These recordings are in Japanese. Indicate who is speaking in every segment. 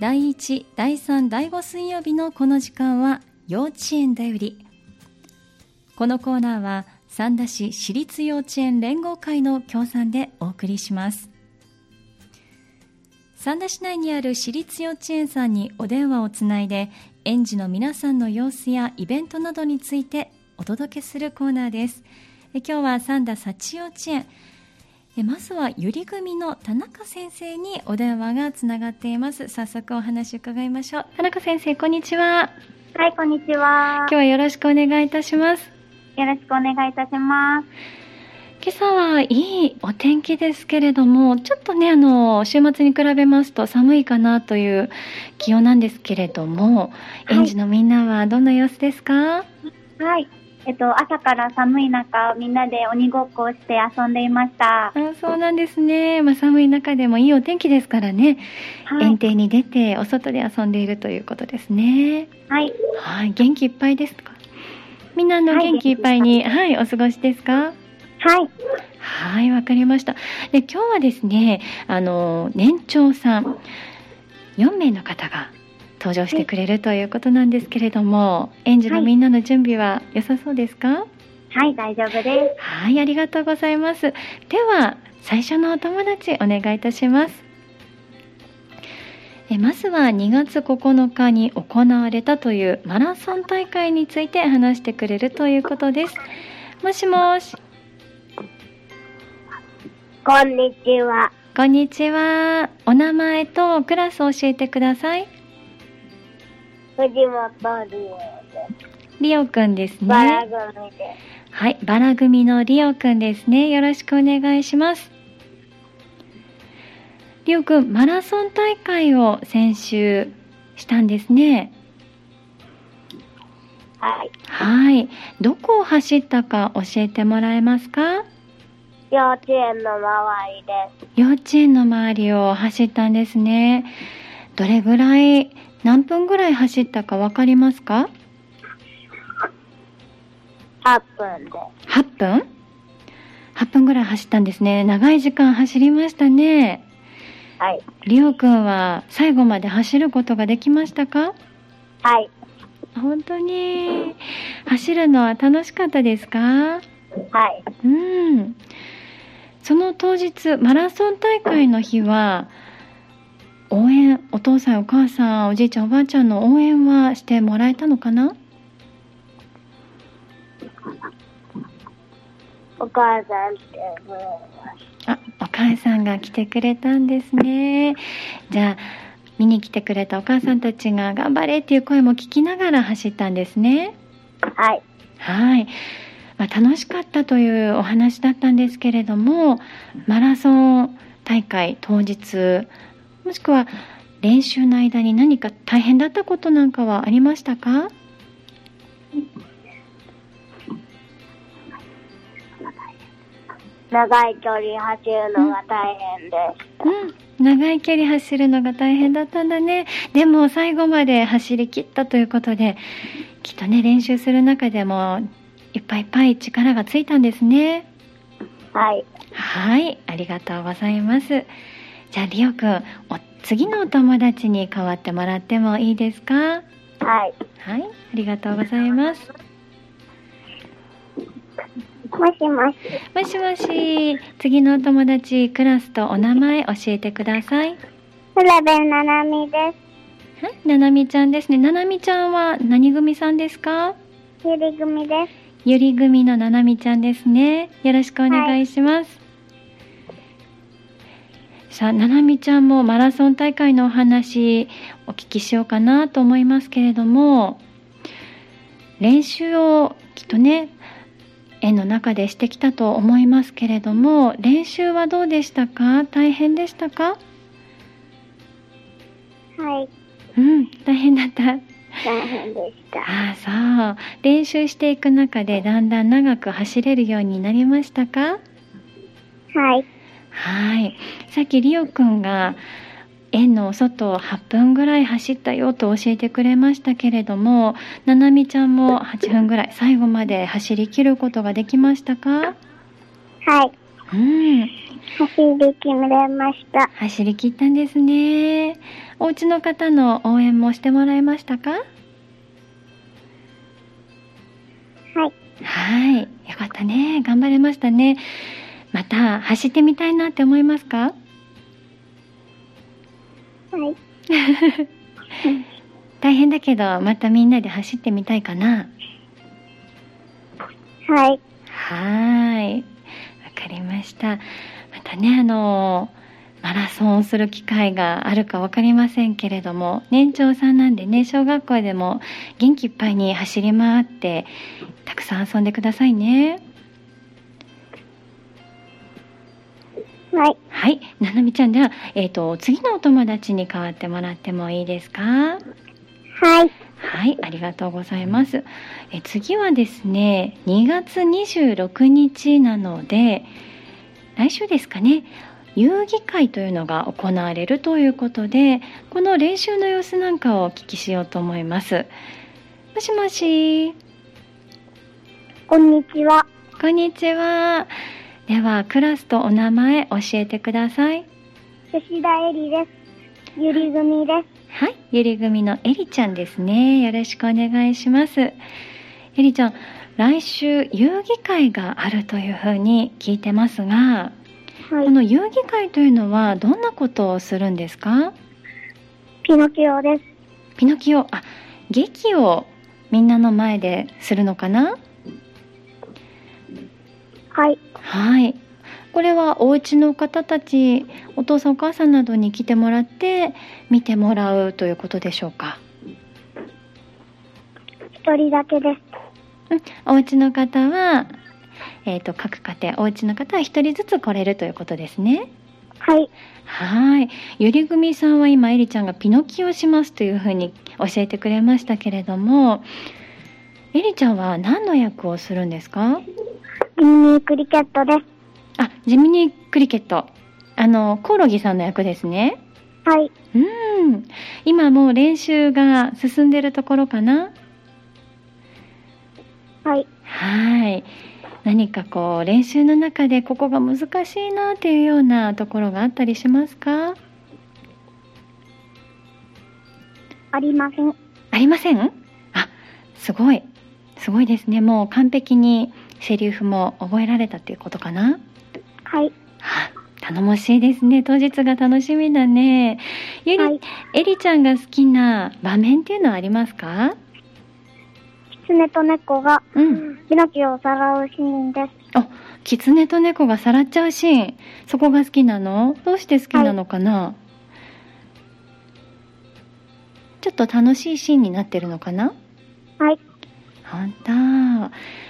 Speaker 1: 第1、第3、第5水曜日のこの時間は幼稚園だより。このコーナーは三田市私立幼稚園連合会の協賛でお送りします。三田市内にある私立幼稚園さんにお電話をつないで園児の皆さんの様子やイベントなどについてお届けするコーナーですえ今日は三田幸幼稚園えまずはゆり組の田中先生にお電話がつながっています早速お話伺いましょう田中先生こんにちは
Speaker 2: はい、こんにちは
Speaker 1: 今日。はよろしくお願いいたします
Speaker 2: よろしくお願いいたします。
Speaker 1: 今朝はいいお天気ですけれどもちょっとねあの週末に比べますと寒いかなという気温なんですけれども、
Speaker 2: はい
Speaker 1: 園児のみんなはどんな様子ですか
Speaker 2: はい。えっと、朝から寒い中、みんなで鬼ごっこをして遊んでいました。
Speaker 1: あそうなんですね、まあ、寒い中でもいいお天気ですからね、
Speaker 2: は
Speaker 1: 園
Speaker 2: い。
Speaker 1: 庭に出てお外で遊んでいるということですね
Speaker 2: はい。
Speaker 1: はい元気いっぱいですかみんなあの
Speaker 2: はい
Speaker 1: 元気いっぱいに、はい、お過ごしですか
Speaker 2: はい。
Speaker 1: はい、わかりました。で、今日はですね、あの年長さん4名の方が登場してくれるということなんですけれども、園児のみんなの準備は良さそうですか？
Speaker 2: はい、大丈夫で
Speaker 1: はい、ありがとうございます。では、最初のお友達お願いいたします。えまずは2月9日に行われたというマラソン大会について話してくれるということです。もしもし。
Speaker 2: す。こんにちは。
Speaker 1: こんにちは。お名前とクラスを教えてください。
Speaker 2: 藤本り
Speaker 1: リオくんです
Speaker 2: お
Speaker 1: ね。
Speaker 2: 組で
Speaker 1: はい、バラ組のリオくんですね。よろしくお願いします。リオくん、マラソン大会を先週したんですね。
Speaker 2: す。はい。
Speaker 1: はい、どこを走ったか教えてもらえますか？
Speaker 2: 幼稚園の周りです。
Speaker 1: 幼稚園の周りを走ったんですね。どれぐらい、何分ぐらい走ったかわかりますか？
Speaker 2: 8分で
Speaker 1: 8分 ?8 分ぐらい走ったんですね。長い時間走りましたね。
Speaker 2: はい。
Speaker 1: リオくんは最後まで走ることができましたか
Speaker 2: はい。
Speaker 1: 本当に。走るのは楽しかったですか
Speaker 2: はい。
Speaker 1: うん。その当日、マラソン大会の日は、応援、お父さん、お母さん、おじいちゃん、おばあちゃんの応援はしてもらえたのかな
Speaker 2: お母さんって、
Speaker 1: あ、お母さんが来てくれたんですね。じゃあ、見に来てくれたお母さんたちが頑張れっていう声も聞きながら走ったんですね。
Speaker 2: はい。
Speaker 1: はい。まあ、楽しかったというお話だったんですけれども、マラソン大会当日、もしくは練習の間に何か大変だったことなんかはありましたか
Speaker 2: 長い距離走るのが大変です。
Speaker 1: うん、長い距離走るのが大変だったんだね。でも最後まで走り切ったということで、きっとね、練習する中でもいっぱいいっぱい力がついたんですね。
Speaker 2: はい。
Speaker 1: はい、ありがとうございます。じゃあ、リオくん、お次のお友達に代わってもらってもいいですか
Speaker 2: はい。
Speaker 1: はい、ありがとうございます。
Speaker 2: もしもし。
Speaker 1: もしもし、次のお友達、クラスとお名前教えてください。
Speaker 2: 浦部ななみで
Speaker 1: はい、ななみちゃんですね。ななみちゃんは何組さんですか
Speaker 2: す。ゆり組です。
Speaker 1: ゆり組のななみちゃんですね。よろしくお願いします。さあ、ななみちゃんもマラソン大会のお話お聞きしようかなと思いますけれども、練習をきっとね、園の中でしてきたと思いますけれども、練習はどうでしたか大変でしたか
Speaker 2: はい。
Speaker 1: うん、大変だった。
Speaker 2: 大変でした。
Speaker 1: ああ、そう。練習していく中でだんだん長く走れるようになりましたか
Speaker 2: はい。
Speaker 1: はい。さっきリオくんが園のお外を8分ぐらい走ったよと教えてくれましたけれども、ななみちゃんも8分ぐらい最後まで走り切ることができましたか
Speaker 2: はい。
Speaker 1: うん、
Speaker 3: 走り決めれました。
Speaker 1: 走り切ったんですね。お家の方の応援もしてもらえましたか
Speaker 3: はい。
Speaker 1: はい、よかったね。頑張れましたね。また走ってみたいなって思いますか
Speaker 3: はい。
Speaker 1: 大変だけど、またみんなで走ってみたいかな。
Speaker 3: はい。
Speaker 1: はーい。わかりました。またね、あのマラソンをする機会があるかわかりませんけれども、年長さんなんでね、小学校でも元気いっぱいに走り回って、たくさん遊んでくださいね。
Speaker 3: はい。
Speaker 1: はい、ななみちゃんでは、えっ、と、次のお友達に代わってもらってもいいですか
Speaker 3: はい。
Speaker 1: はい、ありがとうございます。え次はですね、2月26日なので、来週ですかね、遊戯会というのが行われるということで、この練習の様子なんかをお聞きしようと思います。もしもし、
Speaker 3: こんにちは。
Speaker 1: こんにちは。では、クラスとお名前教えてください。
Speaker 3: 吉田恵里です。ゆり組で
Speaker 1: はい、ゆり組のえりちゃんですね。よろしくお願いします。えりちゃん、来週遊戯会があるというふうに聞いてますが、
Speaker 3: す。は
Speaker 1: こ
Speaker 3: い。
Speaker 1: の遊戯会というのはどんなことをするんですか？
Speaker 3: ピノキオです。
Speaker 1: ピノキオ、あ、劇をみんなの前でするのかな？
Speaker 3: はい。
Speaker 1: はい。これはお家の方たち、お父さんお母さんなどに来てもらって見てもらうということでしょうか？
Speaker 3: 一人だけです。
Speaker 1: お家の方は、えー、と各家庭お家の方は1人ずつ来れるということですね
Speaker 3: はい。
Speaker 1: はいゆり組さんは今えりちゃんがピノキオしますというふうに教えてくれましたけれどもえりちゃんは何の役をするんですか
Speaker 3: ミニクリケットです。
Speaker 1: あジミニクリケットあのコオロギさんの役ですね
Speaker 3: はい。
Speaker 1: うん今もう練習が進んでるところかな
Speaker 3: はい。
Speaker 1: はい。何かこう練習の中でここが難しいなっていうようなところがあったりしますか？
Speaker 3: ありません。
Speaker 1: ありません？あ、すごい。すごいですね。もう完璧にセリフも覚えられたっていうことかな？
Speaker 3: はい。
Speaker 1: あ頼もしいですね。当日が楽しみだね。ゆり、
Speaker 3: はい。
Speaker 1: えりちゃんが好きな場面っていうのはありますか？
Speaker 3: キツネと猫が
Speaker 1: うん。
Speaker 3: ピノキオをさらうシーンです。
Speaker 1: あ、狐と猫がさらっちゃうシーン。そこが好きなの？どうして好きなのかな？ちょっと楽しいシーンになってるのかな？
Speaker 3: はい。
Speaker 1: 本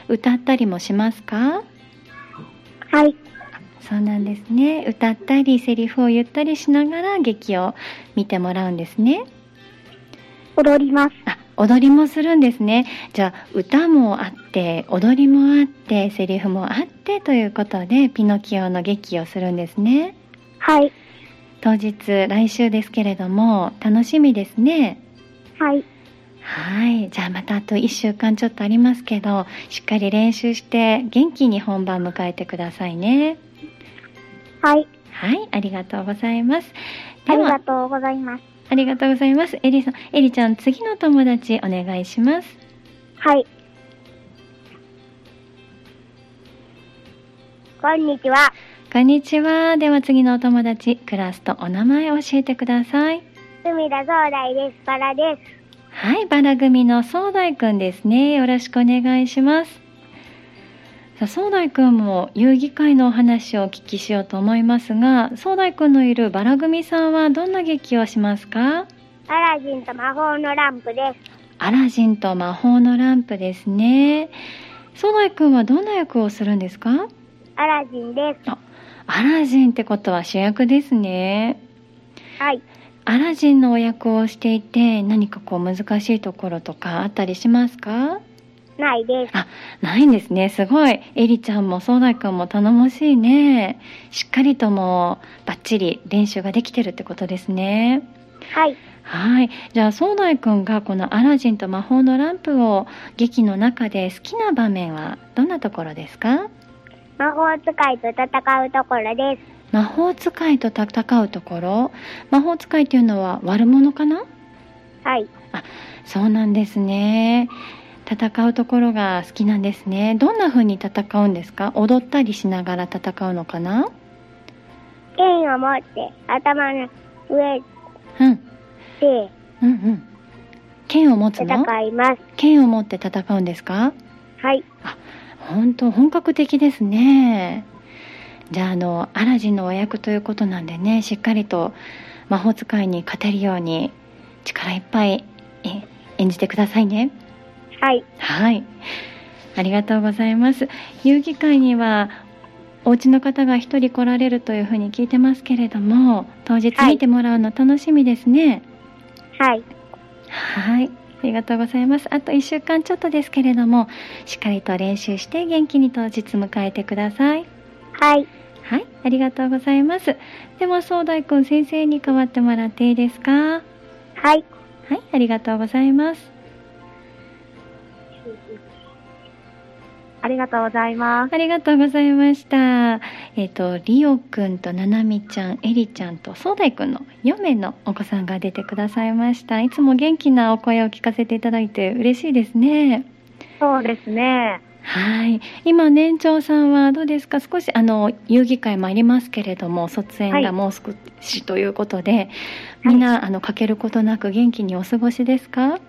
Speaker 1: 当。歌ったりもしますか？
Speaker 3: はい。
Speaker 1: そうなんですね。歌ったりセリフを言ったりしながら劇を見てもらうんですね。
Speaker 3: 踊ります。
Speaker 1: あ、踊りもするんですね。じゃあ歌もあって踊りもあってセリフもあってということでピノキオの劇をするんですね。
Speaker 3: はい。
Speaker 1: 当日来週ですけれども楽しみですね
Speaker 3: はい。
Speaker 1: はいじゃあまたあと1週間ちょっとありますけどしっかり練習して元気に本番迎えてくださいね
Speaker 3: はい。
Speaker 1: はいありがとうございます
Speaker 3: あ
Speaker 1: で
Speaker 3: り
Speaker 1: は
Speaker 3: がとうございます。
Speaker 1: ありがとうございますエリさんエリちゃん次の友達お願いします
Speaker 3: はい。こんにちは。
Speaker 1: こんにちはでは次のお友達クラスとお名前教えてください
Speaker 3: 海田壮大です。バラです。
Speaker 1: はい、バラ組の壮大くんですね。よろしくお願いします。さあ、壮大くんも遊戯会のお話をお聞きしようと思いますが、壮大くんのいるバラ組さんはどんな劇をしますか
Speaker 3: アラジンと魔法のランプです。
Speaker 1: アラジンと魔法のランプですね。壮大くんはどんな役をするんですか
Speaker 3: アラジンです。
Speaker 1: アラジンってことは主役ですね。
Speaker 3: はい。
Speaker 1: アラジンのお役をしていて何かこう難しいところとかあったりしますか
Speaker 3: ないです。
Speaker 1: ないんですね。すごい。エリちゃんもソーダくんも頼もしいね。しっかりともうバッチリ練習ができてるってことですね。
Speaker 3: はい。
Speaker 1: はい。じゃあソーダくんがこのアラジンと魔法のランプを劇の中で好きな場面はどんなところですか？
Speaker 3: 魔法使いと戦うところです。
Speaker 1: 魔法使いと戦うところ魔法使いというのは悪者かな
Speaker 3: はい。
Speaker 1: そうなんですね戦うところが好きなんですねどんな風に戦うんですか踊ったりしながら戦うのかな
Speaker 3: 剣を持って頭の上
Speaker 1: うん
Speaker 3: で
Speaker 1: うんうん剣を持つの
Speaker 3: 戦います。
Speaker 1: 剣を持って戦うんですか
Speaker 3: はい。
Speaker 1: 本当本格的ですねじゃああのアラジンの和訳ということなんでねしっかりと魔法使いに勝てるように力いっぱいえ演じてくださいね
Speaker 3: はい。
Speaker 1: はいありがとうございます遊戯会にはお家の方が一人来られるというふうに聞いてますけれども当日
Speaker 3: はい
Speaker 1: 見てもらうの楽しみですね
Speaker 3: はい。
Speaker 1: はいありがとうございますあと1週間ちょっとですけれどもしっかりと練習して元気に当日迎えてください
Speaker 3: はい。
Speaker 1: はい、ありがとうございます。では、壮大くん先生に代わってもらっていいですかはい、
Speaker 3: はい。
Speaker 1: ありがとうございます。
Speaker 3: ありがとうございま。
Speaker 1: ありがとうございました。えっ、と、リオくんとななみちゃん、えりちゃんと壮大くんの4名のお子さんが出てくださいました。いつも元気なお声を聞かせていただいて嬉しいですね。
Speaker 3: そうですね。
Speaker 1: はい。今、年長さんはどうですか少し、あの、遊戯会もありますけれども、卒園
Speaker 3: は
Speaker 1: が
Speaker 3: い
Speaker 1: もう少しということで、みんな、あの、欠けることなく元気にお過ごしですか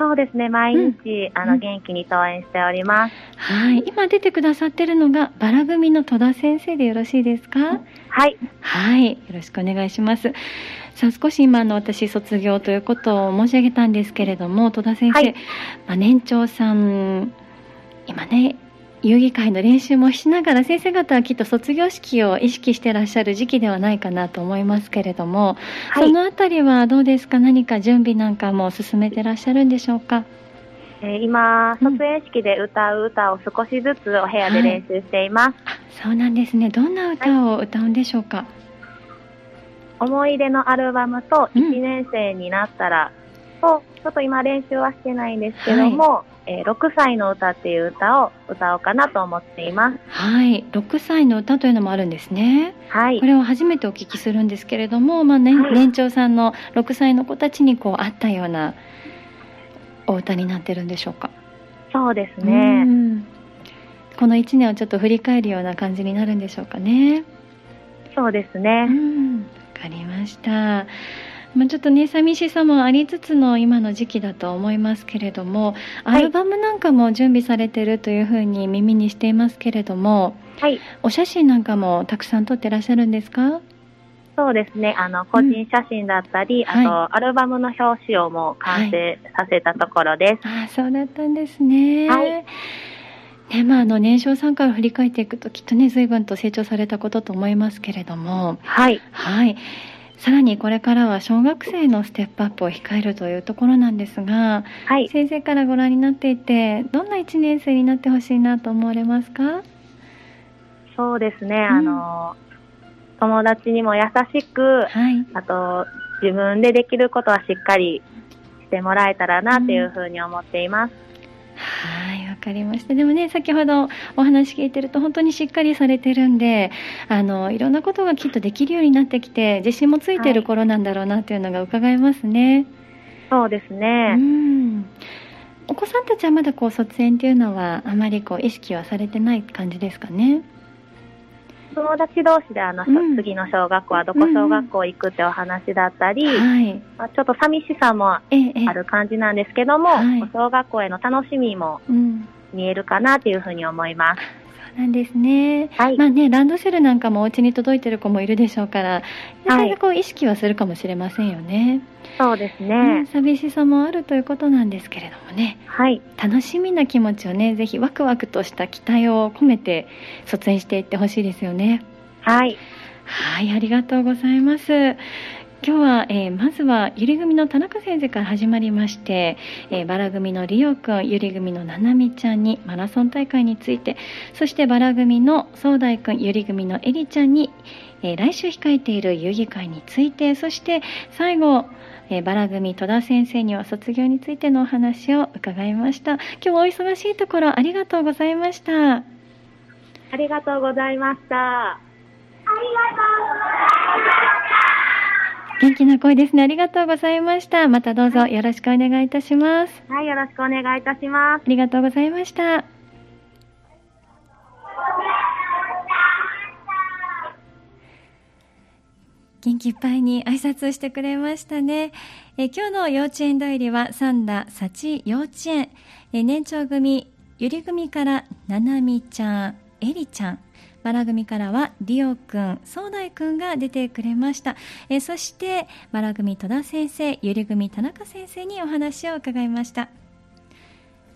Speaker 3: そうですね。毎日、あ
Speaker 1: うん
Speaker 3: の、元気に登園しております。
Speaker 1: はい。今出てくださってるのが、バラ組の戸田先生でよろしいですか
Speaker 3: はい。
Speaker 1: はい。よろしくお願いします。さあ、少し今あの私、卒業ということを申し上げたんですけれども、戸田先生、
Speaker 3: はい
Speaker 1: まあ、年長さん、今ね、遊戯会の練習もしながら先生方はきっと卒業式を意識してらっしゃる時期ではないかなと思いますけれども、
Speaker 3: は
Speaker 1: そ
Speaker 3: い。
Speaker 1: のあたりはどうですか何か準備なんかも進めてらっしゃるんでしょうか
Speaker 3: えー今、卒園式で歌う歌を少しずつお部屋で練習しています。
Speaker 1: そうなんですねどんな歌を歌うんでしょうか、
Speaker 3: 思い出のアルバムと
Speaker 1: うん
Speaker 3: 1年生になったら、とちょっと今練習はしてないんですけども、えー6歳の歌っていう歌を歌おうかなと思っています。
Speaker 1: はい、6歳の歌というのもあるんですね。
Speaker 3: はい
Speaker 1: こ。れを初めてお聞きするんですけれども、まあ年
Speaker 3: はい
Speaker 1: 年長さんの6歳の子たちにこうあったようなお歌になってるんでしょうか。
Speaker 3: そうです
Speaker 1: う
Speaker 3: ね。
Speaker 1: んこの1年をちょっと振り返るような感じになるんでしょうかね。
Speaker 3: そうです
Speaker 1: う
Speaker 3: ね。
Speaker 1: ん、わかりました。まあ、ちょっとね寂しさもありつつの今の時期だと思いますけれども、
Speaker 3: は
Speaker 1: ア
Speaker 3: い
Speaker 1: ルバムなんかも準備されてるというふうに耳にしていますけれども、
Speaker 3: はい。
Speaker 1: お写真なんかもたくさん撮ってらっしゃるんですか
Speaker 3: そうですね。あの、個人写真だったり、
Speaker 1: はい
Speaker 3: あと、アルバムの表紙をもう完成させたところです。
Speaker 1: ああそうだったんですね。
Speaker 3: はい
Speaker 1: ねまあ、あの年少さんから振り返っていくときっとね随分と成長されたことと思いますけれども、
Speaker 3: はい。
Speaker 1: はい、さらにこれからは小学生のステップアップを控えるというところなんですが、
Speaker 3: はい。
Speaker 1: 先生からご覧になっていてどんな1年生になってほしいなと思われますか
Speaker 3: そうですね。あの、友達にも優しく、
Speaker 1: はい
Speaker 3: あと、自分でできることはしっかりしてもらえたらなっていうふうに思っています。
Speaker 1: はい、わかりました。でもね、先ほどお話聞いてると本当にしっかりされてるんで、あのいろんなことがきっとできるようになってきて、自信もついてる頃なんだろうなというのが伺えますね。
Speaker 3: そうです
Speaker 1: う
Speaker 3: ね。
Speaker 1: ん。お子さんたちはまだこう卒園っていうのはあまりこう意識はされてない感じですかね。
Speaker 3: 友達同士であの、
Speaker 1: うん
Speaker 3: 次の小学校はどこ小学校行くってお話だったり、
Speaker 1: はい。
Speaker 3: まあちょっと寂しさもあ
Speaker 1: ええええ。
Speaker 3: る感じなんですけども、
Speaker 1: はい
Speaker 3: 小学校への楽しみも
Speaker 1: うん。
Speaker 3: 見えるかなっていうふうに思います。
Speaker 1: そうなんですね。
Speaker 3: はい。
Speaker 1: まあね、ランドセルなんかもお家に届いてる子もいるでしょうから、なかなかこう意識はするかもしれませんよね。
Speaker 3: そうです
Speaker 1: うん
Speaker 3: ね。
Speaker 1: 寂しさもあるということなんですけれどもね
Speaker 3: はい。
Speaker 1: 楽しみな気持ちをねぜひワクワクとした期待を込めて卒園していってほしいですよね
Speaker 3: はい。
Speaker 1: はいありがとうございます今日は、えーまずはゆり組の田中先生から始まりまして、えーバラ組のリオくんゆり組のななみちゃんにマラソン大会についてそしてバラ組の壮大くんゆり組のえりちゃんに、えー来週控えている遊戯会についてそして最後、えーバラ組戸田先生には卒業についてのお話を伺いました今日はお忙しいところありがとうございました
Speaker 3: ありがとうございました。
Speaker 1: 元気な声ですね。ありがとうございました。またどうぞよろしくお願いいたします。
Speaker 3: はい、よろしくお願いいたします。
Speaker 1: ありがとうございました。元気いっぱいに挨拶してくれましたね。えー今日の幼稚園代理は三田幸幼稚園、えー年長組ゆり組からななみちゃん、えりちゃん。バラ組からはリオくん、そうだいくんが出てくれました。えーそしてバラ組戸田先生、ゆり組田中先生にお話を伺いました。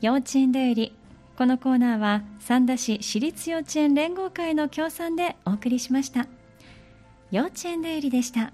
Speaker 1: 幼稚園だよりこのコーナーは三田市私立幼稚園連合会の協賛でお送りしました幼稚園だよりでした